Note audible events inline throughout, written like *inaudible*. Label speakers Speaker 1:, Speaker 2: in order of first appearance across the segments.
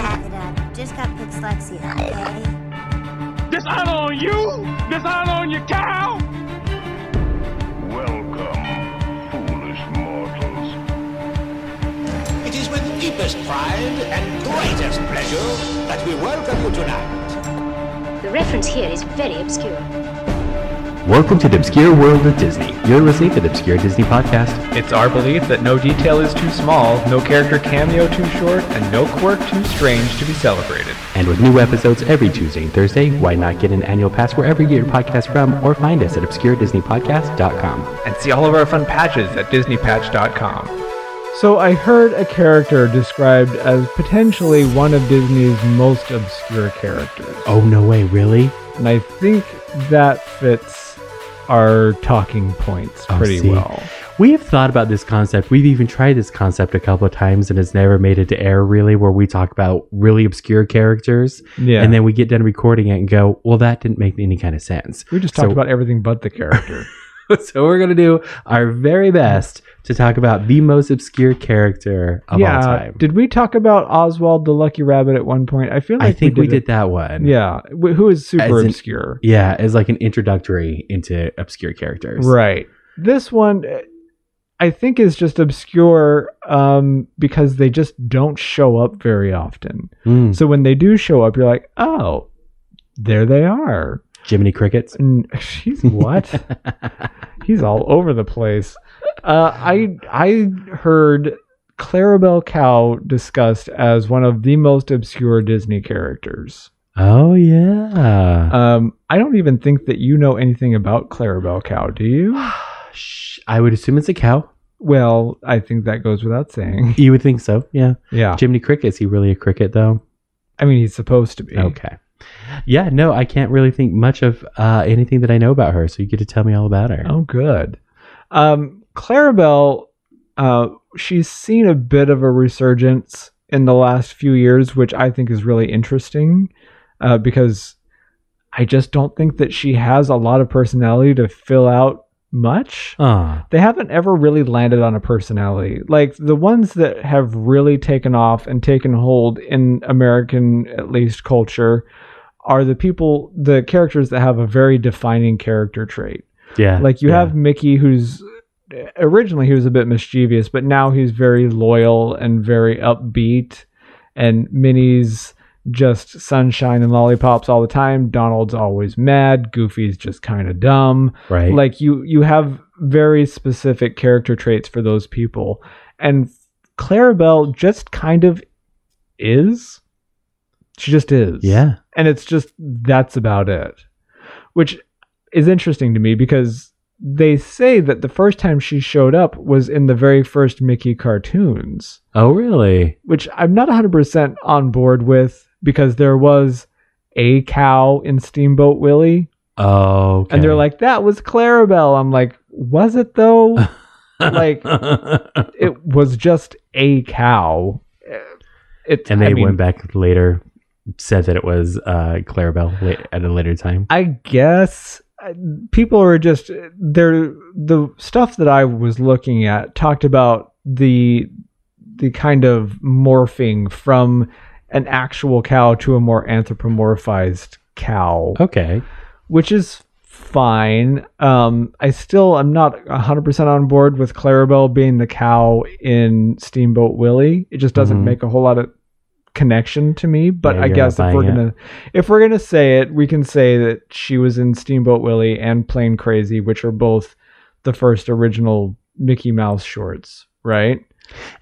Speaker 1: uh, just got dyslexia, okay?
Speaker 2: Dishonor on you? Dishonor on your cow?
Speaker 3: Welcome, foolish mortals.
Speaker 4: It is with deepest pride and greatest pleasure that we welcome you tonight.
Speaker 1: The reference here is very obscure.
Speaker 5: Welcome to the obscure world of Disney. You're listening to the Obscure Disney Podcast.
Speaker 6: It's our belief that no detail is too small, no character cameo too short, and no quirk too strange to be celebrated.
Speaker 5: And with new episodes every Tuesday and Thursday, why not get an annual pass wherever you get your podcast from or find us at obscuredisneypodcast.com.
Speaker 6: And see all of our fun patches at DisneyPatch.com. So I heard a character described as potentially one of Disney's most obscure characters.
Speaker 5: Oh, no way, really?
Speaker 6: And I think that fits our talking points
Speaker 5: Oh,
Speaker 6: pretty
Speaker 5: see.
Speaker 6: well.
Speaker 5: We have thought about this concept. We've even tried this concept a couple of times and it's never made it to air, really, where we talk about really obscure characters.
Speaker 6: Yeah.
Speaker 5: And then we get done recording it and go, well, that didn't make any kind of sense.
Speaker 6: We just talked
Speaker 5: So-
Speaker 6: about everything but the character.
Speaker 5: *laughs* so we're going to do our very best to talk about the most obscure character of all time.
Speaker 6: Did we talk about Oswald the Lucky Rabbit at one point? I feel like
Speaker 5: I think we did
Speaker 6: it.
Speaker 5: that one.
Speaker 6: Yeah, wh- who is super
Speaker 5: As an-
Speaker 6: obscure?
Speaker 5: Yeah, as like an introductory into obscure characters.
Speaker 6: Right. This one, uh, I think, is just obscure um, because they just don't show up very often.
Speaker 5: Mm,
Speaker 6: So when they do show up, you're like, oh, there they are.
Speaker 5: Jiminy *laughs* Crickets.
Speaker 6: And *laughs*
Speaker 5: *laughs*
Speaker 6: she's what? He's all over the place. Uh, I I heard Clarabelle Cow discussed as one of the most obscure Disney characters.
Speaker 5: oh, yeah.
Speaker 6: Um, I don't even think that you know anything about Clarabelle Cow,
Speaker 5: *sighs*
Speaker 6: do you? *sighs*
Speaker 5: Sh I would assume it's a cow.
Speaker 6: Well, I think that goes without saying. *laughs*
Speaker 5: You would think so. Yeah.
Speaker 6: Yeah.
Speaker 5: Jiminy Cricket. Is he really a cricket, though?
Speaker 6: I mean, he's supposed to be.
Speaker 5: Okay. Yeah, no, I can't really think much of uh, anything that I know about her. So you get to tell me all about her.
Speaker 6: Oh, good. Um, Clarabelle, uh, she's seen a bit of a resurgence in the last few years, which I think is really interesting uh, because I just don't think that she has a lot of personality to fill out much.
Speaker 5: Ah,
Speaker 6: they haven't ever really landed on a personality. Like the ones that have really taken off and taken hold in American, at least, culture are the people, the characters that have a very defining character trait.
Speaker 5: yeah.
Speaker 6: Like you
Speaker 5: yeah.
Speaker 6: have Mickey, who's originally he was a bit mischievous, but now he's very loyal and very upbeat. And Minnie's just sunshine and lollipops all the time. Donald's always mad. Goofy's just kind of dumb
Speaker 5: right.
Speaker 6: like you you have very specific character traits for those people and clarabelle just kind of is she just is
Speaker 5: yeah.
Speaker 6: and it's just that's about it which is interesting to me because they say that the first time she showed up was in the very first mickey cartoons
Speaker 5: Oh, really?
Speaker 6: which i'm not 100% on board with because there was a cow in steamboat willie
Speaker 5: Oh, okay.
Speaker 6: and they're like, "That was Clarabelle." I'm like, "Was it though?
Speaker 5: *laughs*
Speaker 6: like, it was just a cow." It
Speaker 5: and they
Speaker 6: I mean,
Speaker 5: went back later, said that it was uh, Clarabelle la- at a later time.
Speaker 6: I guess uh, people are just they're the stuff that I was looking at talked about the the kind of morphing from an actual cow to a more anthropomorphized cow.
Speaker 5: Okay.
Speaker 6: which is fine. Um, I still am not 100% on board with Clarabelle being the cow in Steamboat Willie. It just doesn't
Speaker 5: Mhm.
Speaker 6: make a whole lot of connection to me, but
Speaker 5: Yeah,
Speaker 6: I
Speaker 5: you're
Speaker 6: guess
Speaker 5: not
Speaker 6: if we're
Speaker 5: buying it.
Speaker 6: going to if we're going to say it, we can say that she was in Steamboat Willie and Plain Crazy, which are both the first original Mickey Mouse shorts, right?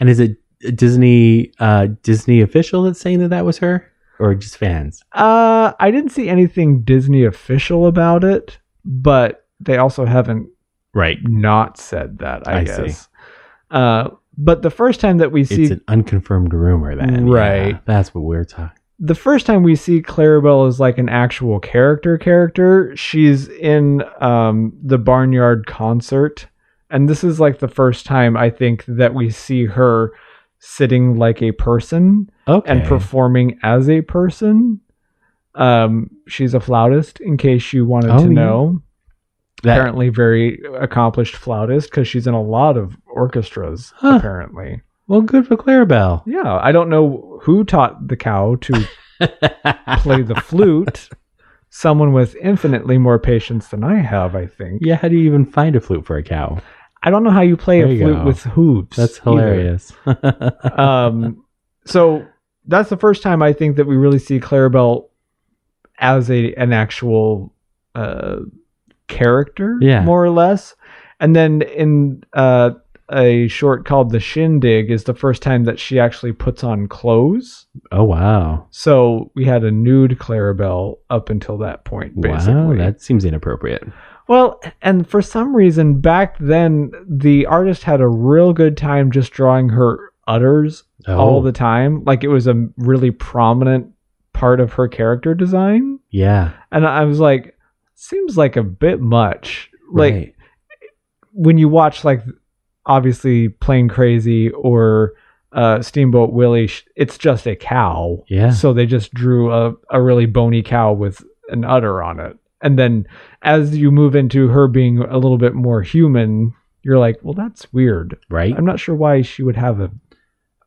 Speaker 5: And is it Disney uh, Disney official that's saying that that was her, or just fans?
Speaker 6: Uh, I didn't see anything Disney official about it, but they also haven't
Speaker 5: Right.
Speaker 6: not said that, I,
Speaker 5: I see.
Speaker 6: guess. Uh, but the first time that we see
Speaker 5: it's an unconfirmed rumor then.
Speaker 6: Right.
Speaker 5: Yeah, that's what we're talking.
Speaker 6: the first time we see Clarabelle as like an actual character character, she's in um, the Barnyard concert. And this is like the first time I think that we see her sitting like a person
Speaker 5: Okay.
Speaker 6: and performing as a person. Um, she's a flautist, in case you wanted
Speaker 5: Oh,
Speaker 6: to
Speaker 5: yeah.
Speaker 6: know.
Speaker 5: that,
Speaker 6: Apparently, very accomplished flautist because she's in a lot of orchestras,
Speaker 5: Huh.
Speaker 6: apparently. *laughs*
Speaker 5: well, good for Clarabelle.
Speaker 6: Yeah, I don't know who taught the cow to play the
Speaker 5: *laughs*
Speaker 6: flute. Someone with infinitely more patience than I have, I think.
Speaker 5: yeah, how do you even find a flute for a cow?
Speaker 6: I don't know how you play
Speaker 5: There
Speaker 6: a
Speaker 5: you
Speaker 6: flute
Speaker 5: go.
Speaker 6: with hooves.
Speaker 5: That's
Speaker 6: either.
Speaker 5: hilarious.
Speaker 6: *laughs* um, so that's the first time I think that we really see Clarabelle as a an actual uh, character,
Speaker 5: Yeah.
Speaker 6: more or less. And then in uh, a short called "The Shindig" is the first time that she actually puts on clothes.
Speaker 5: oh wow.
Speaker 6: So we had a nude Clarabelle up until that point, basically.
Speaker 5: Wow, that seems inappropriate.
Speaker 6: Well, and for some reason back then, the artist had a real good time just drawing her udders
Speaker 5: Oh,
Speaker 6: all the time. Like it was a really prominent part of her character design.
Speaker 5: yeah.
Speaker 6: And I was like, seems like a bit much. Like
Speaker 5: right.
Speaker 6: when you watch, like, obviously Plain Crazy or uh, Steamboat Willie, sh- it's just a cow.
Speaker 5: Yeah.
Speaker 6: So they just drew a, a really bony cow with an udder on it. And then as you move into her being a little bit more human, you're like, well, that's weird.
Speaker 5: Right.
Speaker 6: I'm not sure why she would have a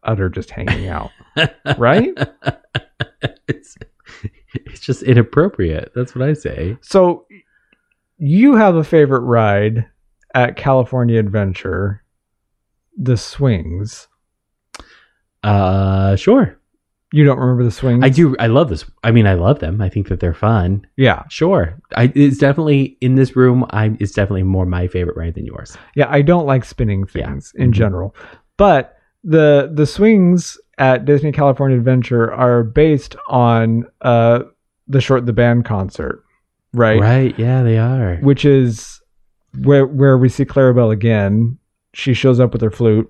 Speaker 6: udder just hanging out. *laughs* right?
Speaker 5: *laughs* it's it's just inappropriate. That's what I say.
Speaker 6: So you have a favorite ride at California Adventure, the swings.
Speaker 5: Uh, sure.
Speaker 6: You don't remember the swings?
Speaker 5: I do. I love this. I mean, I love them. I think that they're fun.
Speaker 6: Yeah.
Speaker 5: Sure. I, it's definitely in this room. I it's definitely more my favorite ride than yours.
Speaker 6: Yeah, I don't like spinning
Speaker 5: Yeah.
Speaker 6: things in
Speaker 5: Mhm.
Speaker 6: general. But the the swings at Disney California Adventure are based on uh the short the band concert, right?
Speaker 5: Yeah, they are.
Speaker 6: Which is where where we see Clarabelle again. She shows up with her flute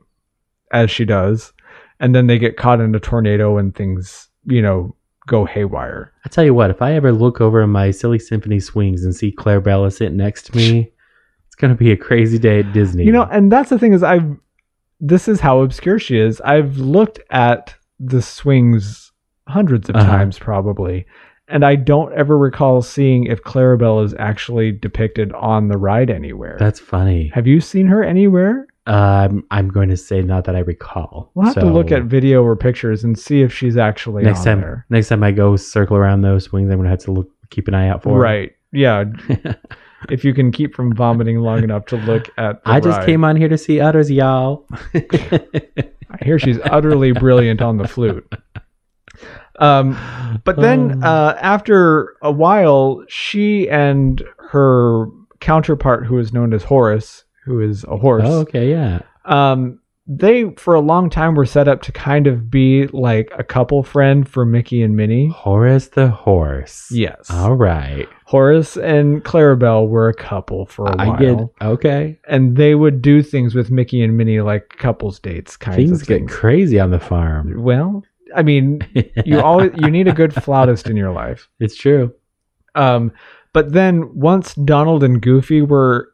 Speaker 6: as she does, and then they get caught in a tornado and things, you know, go haywire.
Speaker 5: I tell you what, if I ever look over my silly symphony swings and see Claire Bella sitting next to me, it's gonna be a crazy day at Disney.
Speaker 6: You know, and that's the thing is I've this is how obscure she is. I've looked at the swings hundreds of
Speaker 5: Uh-huh.
Speaker 6: times probably. And I don't ever recall seeing if Clarabelle is actually depicted on the ride anywhere.
Speaker 5: that's funny.
Speaker 6: have you seen her anywhere?
Speaker 5: Um, I'm going to say not that I recall.
Speaker 6: We'll have to
Speaker 5: So,
Speaker 6: look at video or pictures and see if she's actually
Speaker 5: next
Speaker 6: on
Speaker 5: time.
Speaker 6: there.
Speaker 5: Next time I go circle around those swings, I'm gonna have to look, keep an eye out for. 'em.
Speaker 6: Right.
Speaker 5: *laughs*
Speaker 6: Yeah. if you can keep from vomiting long enough to look at the
Speaker 5: I just
Speaker 6: ride.
Speaker 5: came on here to see others, y'all.
Speaker 6: Oh, I hear she's utterly brilliant on the flute. Um But
Speaker 5: Um.
Speaker 6: then uh, after a while, she and her counterpart, who is known as Horus, who is a horse,
Speaker 5: oh, okay, yeah.
Speaker 6: um, they for a long time were set up to kind of be like a couple friend for Mickey and Minnie.
Speaker 5: Horace the horse.
Speaker 6: Yes.
Speaker 5: All right.
Speaker 6: Horus and Clarabelle were a couple for a while.
Speaker 5: I get okay.
Speaker 6: And they would do things with Mickey and Minnie like couples dates kinds
Speaker 5: Things
Speaker 6: of
Speaker 5: get
Speaker 6: things.
Speaker 5: crazy on the farm.
Speaker 6: well, I mean,
Speaker 5: *laughs*
Speaker 6: you always you need a good flautist in your life.
Speaker 5: it's true.
Speaker 6: Um, but then once Donald and Goofy were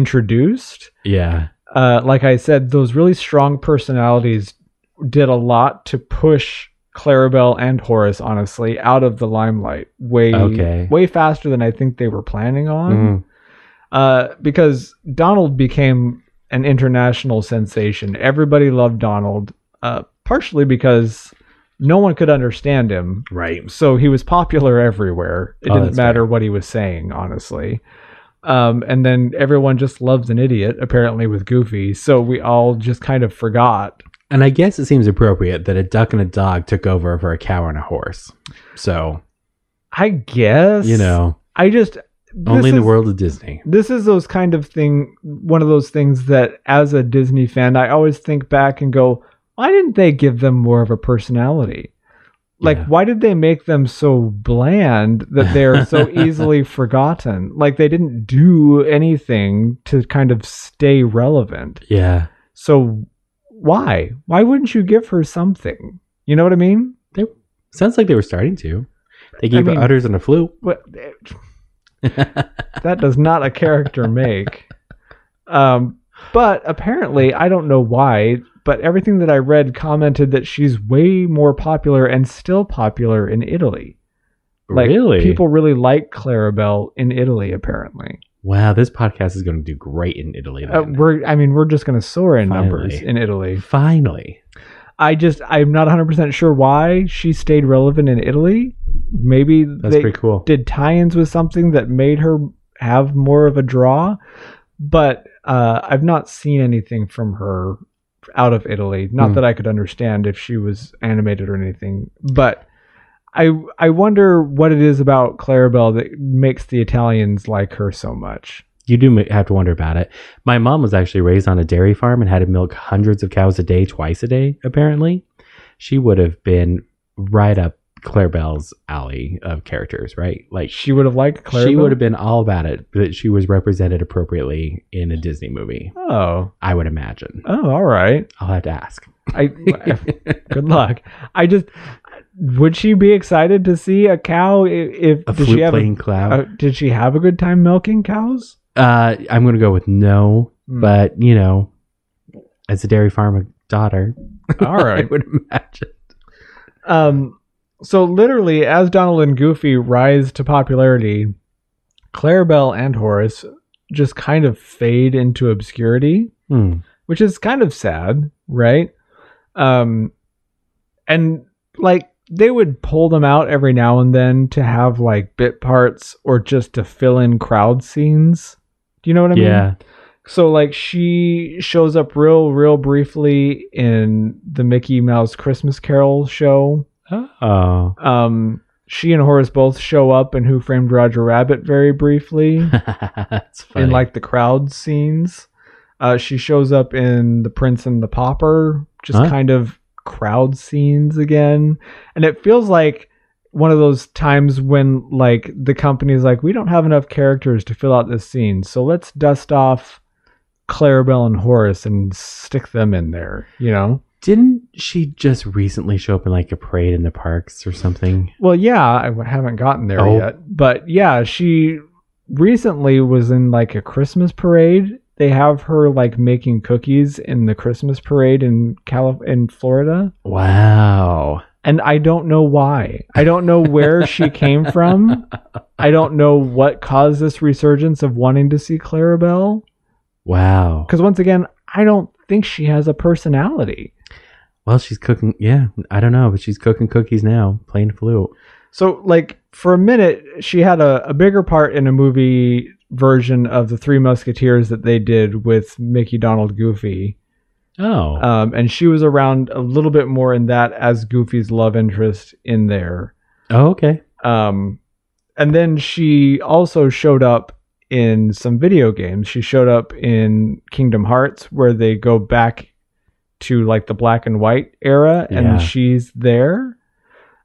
Speaker 6: introduced,
Speaker 5: Yeah.
Speaker 6: uh, like I said, those really strong personalities did a lot to push Clarabelle and Horace, honestly, out of the limelight way
Speaker 5: Okay. Mm-hmm.
Speaker 6: way faster than I think they were planning on. Uh, because Donald became an international sensation. Everybody loved Donald, uh, partially because no one could understand him
Speaker 5: right.
Speaker 6: so he was popular everywhere. It
Speaker 5: Oh,
Speaker 6: didn't
Speaker 5: that's
Speaker 6: matter what he was saying, honestly. Um, and then everyone just loves an idiot, apparently, with Goofy. So we all just kind of forgot.
Speaker 5: And I guess it seems appropriate that a duck and a dog took over for a cow and a horse. So,
Speaker 6: I guess.
Speaker 5: you know,
Speaker 6: I just. this
Speaker 5: only in the
Speaker 6: is-
Speaker 5: world of Disney.
Speaker 6: This is those kind of thing, one of those things that as a Disney fan, I always think back and go, why didn't they give them more of a personality? Like,
Speaker 5: Yeah.
Speaker 6: why did they make them so bland that they're so easily forgotten? Like, they didn't do anything to kind of stay relevant.
Speaker 5: Yeah.
Speaker 6: So, why? Why wouldn't you give her something? You know what I mean?
Speaker 5: Sounds like they were starting to. They gave
Speaker 6: mean-
Speaker 5: her udders and a flute.
Speaker 6: What, that does not a character make. Um, but apparently, I don't know why, but everything that I read commented that she's way more popular and still popular in Italy. Like,
Speaker 5: really?
Speaker 6: People really like Clarabelle in Italy, apparently.
Speaker 5: wow, this podcast is going to do great in Italy.
Speaker 6: Uh,
Speaker 5: Then.
Speaker 6: we're, I mean, we're just going to soar in numbers
Speaker 5: Finally.
Speaker 6: in Italy.
Speaker 5: Finally.
Speaker 6: I just I'm not 100% sure why she stayed relevant in Italy. Maybe
Speaker 5: That's
Speaker 6: they
Speaker 5: pretty cool.
Speaker 6: did tie-ins with something that made her have more of a draw, but uh, I've not seen anything from her out of Italy. Not
Speaker 5: Hmm.
Speaker 6: that I could understand if she was animated or anything, but I I wonder what it is about Clarabelle that makes the Italians like her so much.
Speaker 5: You do ma- have to wonder about it. My mom was actually raised on a dairy farm and had to milk hundreds of cows a day, twice a day, apparently. She would have been right up Claire Bell's alley of characters, right? Like,
Speaker 6: She would have liked Clarabelle.
Speaker 5: she would have been all about it, that she was represented appropriately in a Disney movie,
Speaker 6: Oh,
Speaker 5: I would imagine.
Speaker 6: oh, all right.
Speaker 5: I'll have to ask.
Speaker 6: I, *laughs*
Speaker 5: *laughs*
Speaker 6: good luck. I just would she be excited to see a cow i- if,
Speaker 5: A
Speaker 6: if did
Speaker 5: flute
Speaker 6: she have a,
Speaker 5: playing clown.
Speaker 6: uh, did she have a good time milking cows?
Speaker 5: Uh, I'm gonna go with no,
Speaker 6: Hmm.
Speaker 5: but you know, as a dairy farmer daughter,
Speaker 6: *laughs* All
Speaker 5: I
Speaker 6: right.
Speaker 5: would imagine.
Speaker 6: Um, so literally, as Donald and Goofy rise to popularity, Clarabelle and Horace just kind of fade into obscurity.
Speaker 5: Hmm.
Speaker 6: which is kind of sad, right? Um, and like they would pull them out every now and then to have like bit parts or just to fill in crowd scenes. Do you know what I mean?
Speaker 5: yeah,
Speaker 6: So like she shows up real, real briefly in the Mickey Mouse Christmas Carol show.
Speaker 5: oh,
Speaker 6: Um, she and Horace both show up in Who Framed Roger Rabbit very briefly
Speaker 5: *laughs* that's funny.
Speaker 6: in like the crowd scenes. Uh, she shows up in The Prince and the Pauper, just
Speaker 5: Huh?
Speaker 6: kind of crowd scenes again. And it feels like one of those times when like the company's like, we don't have enough characters to fill out this scene, so let's dust off Clarabelle and Horace and stick them in there, you know?
Speaker 5: didn't she just recently show up in like a parade in the parks or something?
Speaker 6: Well, yeah, I w- haven't gotten there
Speaker 5: Oh.
Speaker 6: yet, but yeah, she recently was in like a Christmas parade. They have her like making cookies in the Christmas parade in Calif- in Florida,
Speaker 5: Wow,
Speaker 6: and I don't know why. I don't know where she came from. I don't know what caused this resurgence of wanting to see Clarabelle.
Speaker 5: wow.
Speaker 6: Because once again, I don't think she has a personality.
Speaker 5: Well, she's cooking. Yeah, I don't know, but she's cooking cookies now, playing flute.
Speaker 6: So, like, for a minute, she had a, a bigger part in a movie version of The Three Musketeers that they did with Mickey, Donald, Goofy.
Speaker 5: Oh,
Speaker 6: Um, and she was around a little bit more in that as Goofy's love interest in there.
Speaker 5: oh okay.
Speaker 6: Um, and then she also showed up in some video games. She showed up in Kingdom Hearts, where they go back to like the black and white era, and
Speaker 5: Yeah.
Speaker 6: she's there.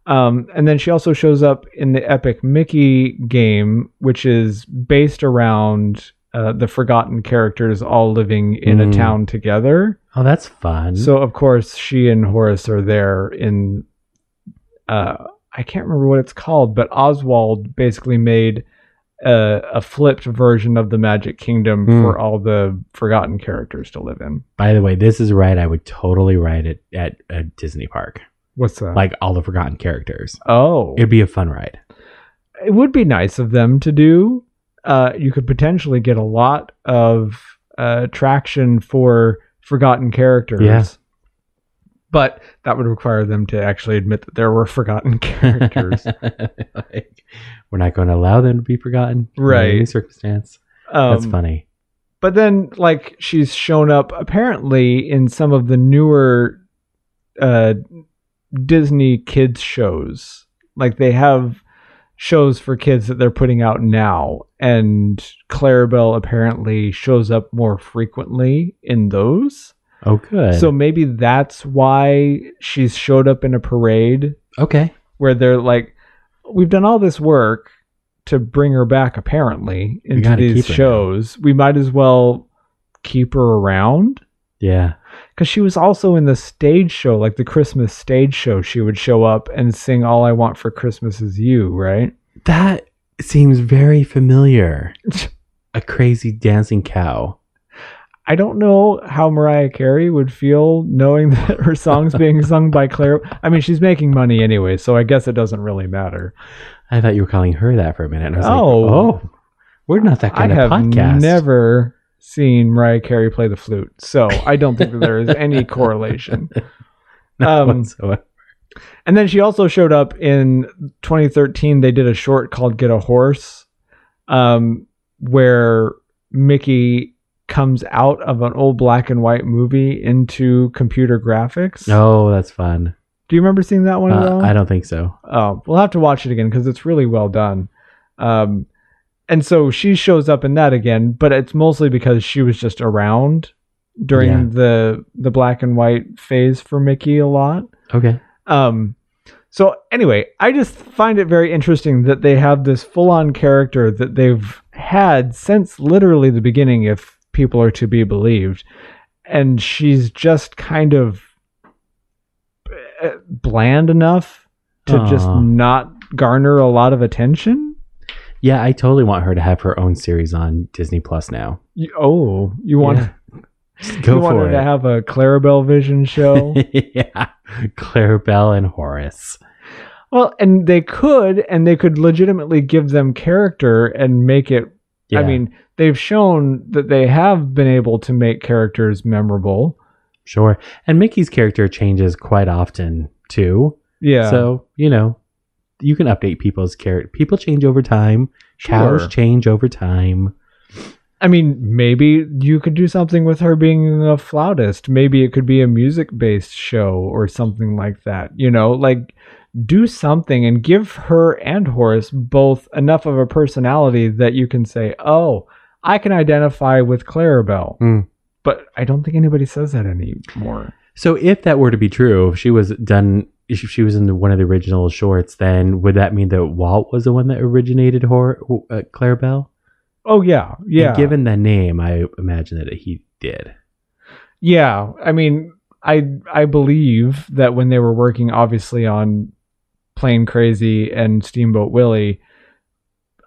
Speaker 6: Um, and then she also shows up in the Epic Mickey game, which is based around uh, the forgotten characters all living in a
Speaker 5: Mm.
Speaker 6: town together.
Speaker 5: Oh, that's fun.
Speaker 6: So of course she and Horace are there in uh I can't remember what it's called, but Oswald basically made a, a flipped version of the Magic Kingdom
Speaker 5: Hmm.
Speaker 6: for all the forgotten characters to live in.
Speaker 5: by the way, this is right. I would totally ride it at a Disney park,
Speaker 6: What's that?
Speaker 5: like all the forgotten characters.
Speaker 6: oh,
Speaker 5: It'd be a fun ride.
Speaker 6: it would be nice of them to do. Uh, you could potentially get a lot of uh, traction for forgotten characters.
Speaker 5: Yeah.
Speaker 6: But that would require them to actually admit that there were forgotten *laughs* characters.
Speaker 5: *laughs* Like, we're not going to allow them to be forgotten, under
Speaker 6: Right.
Speaker 5: Any circumstance. That's
Speaker 6: Um,
Speaker 5: funny.
Speaker 6: But then, like, she's shown up apparently in some of the newer uh, Disney kids shows. Like, they have shows for kids that they're putting out now, and Clarabelle apparently shows up more frequently in those.
Speaker 5: Oh, good.
Speaker 6: So maybe that's why she's showed up in a parade
Speaker 5: okay,
Speaker 6: where they're like, we've done all this work to bring her back, apparently, into
Speaker 5: gotta
Speaker 6: these
Speaker 5: keep her now.
Speaker 6: shows. We might as well keep her around.
Speaker 5: yeah.
Speaker 6: Because she was also in the stage show, like the Christmas stage show. She would show up and sing All I Want for Christmas Is You, right? *laughs*
Speaker 5: That seems very familiar. a crazy dancing cow.
Speaker 6: I don't know how Mariah Carey would feel knowing *laughs* that her song's being sung by Claire. I mean, she's making money anyway, so I guess it doesn't really matter.
Speaker 5: I thought you were calling her that for a minute. and I was
Speaker 6: Oh.
Speaker 5: like, oh, we're not that
Speaker 6: I
Speaker 5: kind of
Speaker 6: have
Speaker 5: podcast.
Speaker 6: never
Speaker 5: *laughs*
Speaker 6: seen Mariah Carey play the flute, so I don't think that there is any correlation.
Speaker 5: *laughs* Not
Speaker 6: Um,
Speaker 5: whatsoever.
Speaker 6: And then she also showed up in 2013. They did a short called Get a Horse, um, where Mickey comes out of an old black and white movie into computer graphics.
Speaker 5: Oh, that's fun.
Speaker 6: Do you remember seeing that one at
Speaker 5: Uh,
Speaker 6: all?
Speaker 5: I don't think so.
Speaker 6: Oh, we'll have to watch it again because it's really well done. Um, and so she shows up in that again, but it's mostly because she was just around during
Speaker 5: Yeah.
Speaker 6: the the black and white phase for Mickey a lot.
Speaker 5: Okay.
Speaker 6: Um, so anyway, I just find it very interesting that they have this full-on character that they've had since literally the beginning, if people are to be believed, and she's just kind of eh, bland enough to just
Speaker 5: Aw.
Speaker 6: not garner a lot of attention.
Speaker 5: Yeah, I totally want her to have her own series on Disney Plus now. *laughs*
Speaker 6: You, oh, you want
Speaker 5: Yeah. Just go
Speaker 6: you want
Speaker 5: for
Speaker 6: her to
Speaker 5: it.
Speaker 6: have a Clarabelle Vision show?
Speaker 5: *laughs* yeah. Clarabelle and Horace.
Speaker 6: well, and they could, and they could legitimately give them character and make it
Speaker 5: Yeah.
Speaker 6: I mean, they've shown that they have been able to make characters memorable.
Speaker 5: sure. And Mickey's character changes quite often too.
Speaker 6: Yeah.
Speaker 5: So, you know, you can update people's character. People change over time. Cows
Speaker 6: Sure.
Speaker 5: change over time.
Speaker 6: I mean, maybe you could do something with her being a flautist. Maybe it could be a music based show or something like that. You know, like do something and give her and Horace both enough of a personality that you can say, oh, I can identify with Clarabelle.
Speaker 5: Hmm.
Speaker 6: But I don't think anybody says that anymore.
Speaker 5: So, if that were to be true, if she was done, if she was in the, one of the original shorts, then would that mean that Walt was the one that originated Hor- uh, Clarabelle?
Speaker 6: Oh, yeah. Yeah.
Speaker 5: And given the name, I imagine that he did.
Speaker 6: Yeah, I mean, I I believe that when they were working, obviously on Plane Crazy and Steamboat Willie,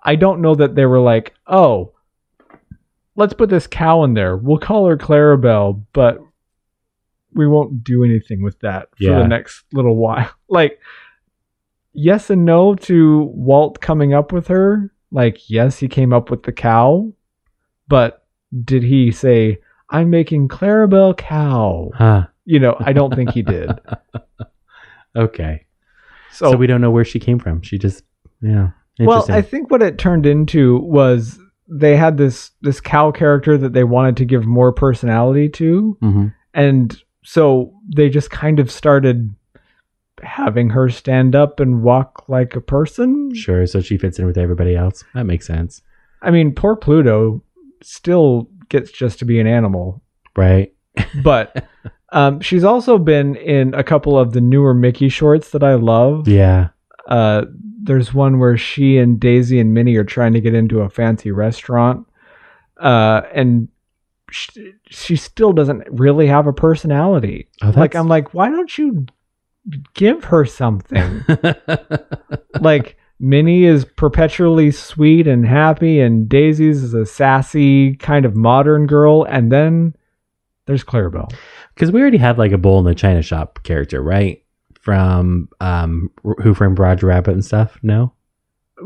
Speaker 6: I don't know that they were like, oh, let's put this cow in there. We'll call her Clarabelle, but we won't do anything with that for
Speaker 5: Yeah.
Speaker 6: the next little while. *laughs* Like, yes and no to Walt coming up with her. Like, yes, he came up with the cow, but did he say? I'm making Clarabelle cow.
Speaker 5: Huh.
Speaker 6: You know, I don't think he
Speaker 5: *laughs*
Speaker 6: did.
Speaker 5: Okay.
Speaker 6: So,
Speaker 5: So we don't know where she came from. She just, yeah.
Speaker 6: Oh. well,
Speaker 5: Interesting.
Speaker 6: I think what it turned into was they had this this cow character that they wanted to give more personality to,
Speaker 5: Mhm.
Speaker 6: and so they just kind of started having her stand up and walk like a person.
Speaker 5: Sure. So she fits in with everybody else. That makes sense.
Speaker 6: I mean, poor Pluto still gets just to be an animal,
Speaker 5: Right. *laughs*
Speaker 6: but um, she's also been in a couple of the newer Mickey shorts that I love.
Speaker 5: Yeah.
Speaker 6: uh, there's one where she and Daisy and Minnie are trying to get into a fancy restaurant, uh, and she, she still doesn't really have a personality.
Speaker 5: Oh, that's, *laughs*
Speaker 6: Like I'm like, why don't you give her something? like Minnie is perpetually sweet and happy, and Daisy's is a sassy kind of modern girl, and then there's Clarabelle.
Speaker 5: because we already had like a bull in the china shop character, right? From um, Who Framed Roger Rabbit and stuff. No,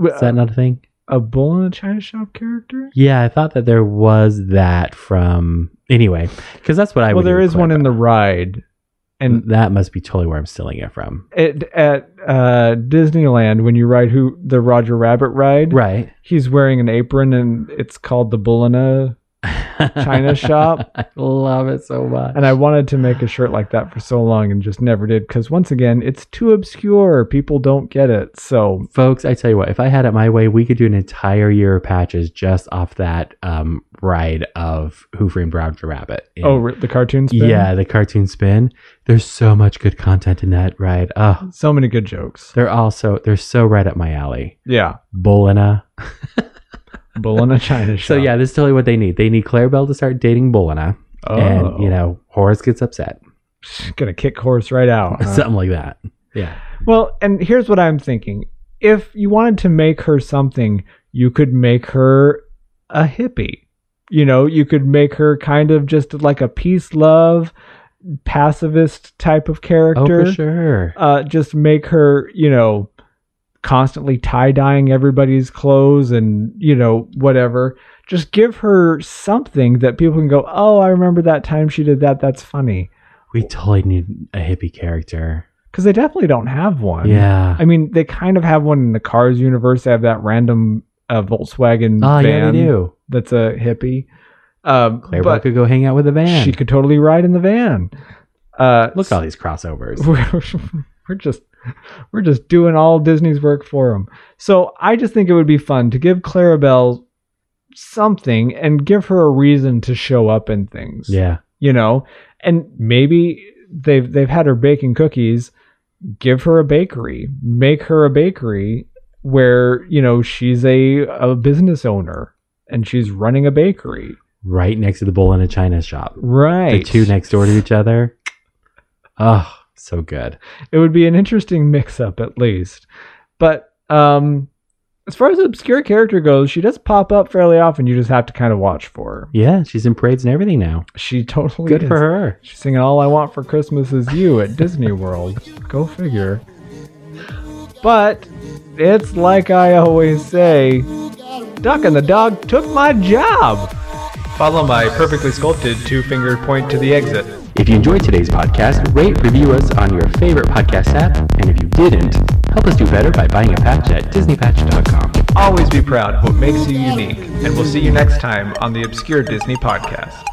Speaker 5: is that not a thing?
Speaker 6: a bull in a china shop character?
Speaker 5: Yeah, I thought that there was that from anyway, because that's what I.
Speaker 6: well,
Speaker 5: would
Speaker 6: there is one in
Speaker 5: the
Speaker 6: the ride, and
Speaker 5: that must be totally where I'm stealing it from.
Speaker 6: at, at uh, Disneyland when you ride who the Roger Rabbit ride.
Speaker 5: Right.
Speaker 6: He's wearing an apron and it's called the Bullina.
Speaker 5: *laughs* China
Speaker 6: shop.
Speaker 5: I love it so much.
Speaker 6: And I wanted to make a shirt like that for so long and just never did because once again, it's too obscure. People don't get it. So
Speaker 5: folks i tell you what if i had it my way we could do an entire year of patches just off that um, ride of who framed roger rabbit And-
Speaker 6: oh, re- the cartoon spin.
Speaker 5: yeah the cartoon spin there's so much good content in that ride oh
Speaker 6: so many good jokes.
Speaker 5: they're also they're so right up my alley
Speaker 6: Yeah,
Speaker 5: bolina
Speaker 6: Bullina China
Speaker 5: *laughs*
Speaker 6: shop.
Speaker 5: so yeah this is totally what they need they need clarabelle to start dating bolina
Speaker 6: oh,
Speaker 5: and you know horace gets upset
Speaker 6: gonna kick horse right
Speaker 5: *laughs*
Speaker 6: out. huh?
Speaker 5: something like that yeah
Speaker 6: Well, and here's what I'm thinking. If you wanted to make her something, you could make her a hippie. You know, you could make her kind of just like a peace love, pacifist type of
Speaker 5: oh
Speaker 6: character.
Speaker 5: for sure
Speaker 6: Uh, just make her, you know, constantly tie dyeing everybody's clothes and, you know, whatever. Just give her something that people can go, oh, I remember that time she did that. That's funny.
Speaker 5: We totally need a hippie character.
Speaker 6: because they definitely don't have one.
Speaker 5: Yeah.
Speaker 6: I mean, they kind of have one in the Cars universe. They have that random uh, Volkswagen
Speaker 5: Oh, yeah,
Speaker 6: van
Speaker 5: they do.
Speaker 6: that's a hippie. Um,
Speaker 5: Claire
Speaker 6: but
Speaker 5: could go hang out with a van.
Speaker 6: she could totally ride in the van. Uh,
Speaker 5: Look at all these crossovers.
Speaker 6: *laughs* we're, we're just we're just doing all Disney's work for them. So I just think it would be fun to give Clarabelle something and give her a reason to show up in things.
Speaker 5: Yeah.
Speaker 6: You know, and maybe they've they've had her baking cookies. Give her a bakery. Make her a bakery where you know she's a a business owner and she's running a bakery.
Speaker 5: Right next to the bowl in a china shop.
Speaker 6: Right.
Speaker 5: The two next door to each other. Oh, so good.
Speaker 6: it would be an interesting mix up at least. But um as far as the obscure character goes, she does pop up fairly often. You just have to kind of watch for her.
Speaker 5: Yeah, she's in parades and everything now.
Speaker 6: She totally
Speaker 5: Good for
Speaker 6: is.
Speaker 5: her.
Speaker 6: She's singing All I Want for Christmas Is You at Disney World. Go figure. But it's like I always say Duck and the dog took my job. Follow my perfectly sculpted two finger point to the exit.
Speaker 5: If you enjoyed today's podcast, rate, review us on your favorite podcast app. And if you didn't, help us do better by buying a patch at disneypatch.com.
Speaker 6: Always be proud of what makes you unique, and we'll see you next time on the Obscure Disney Podcast.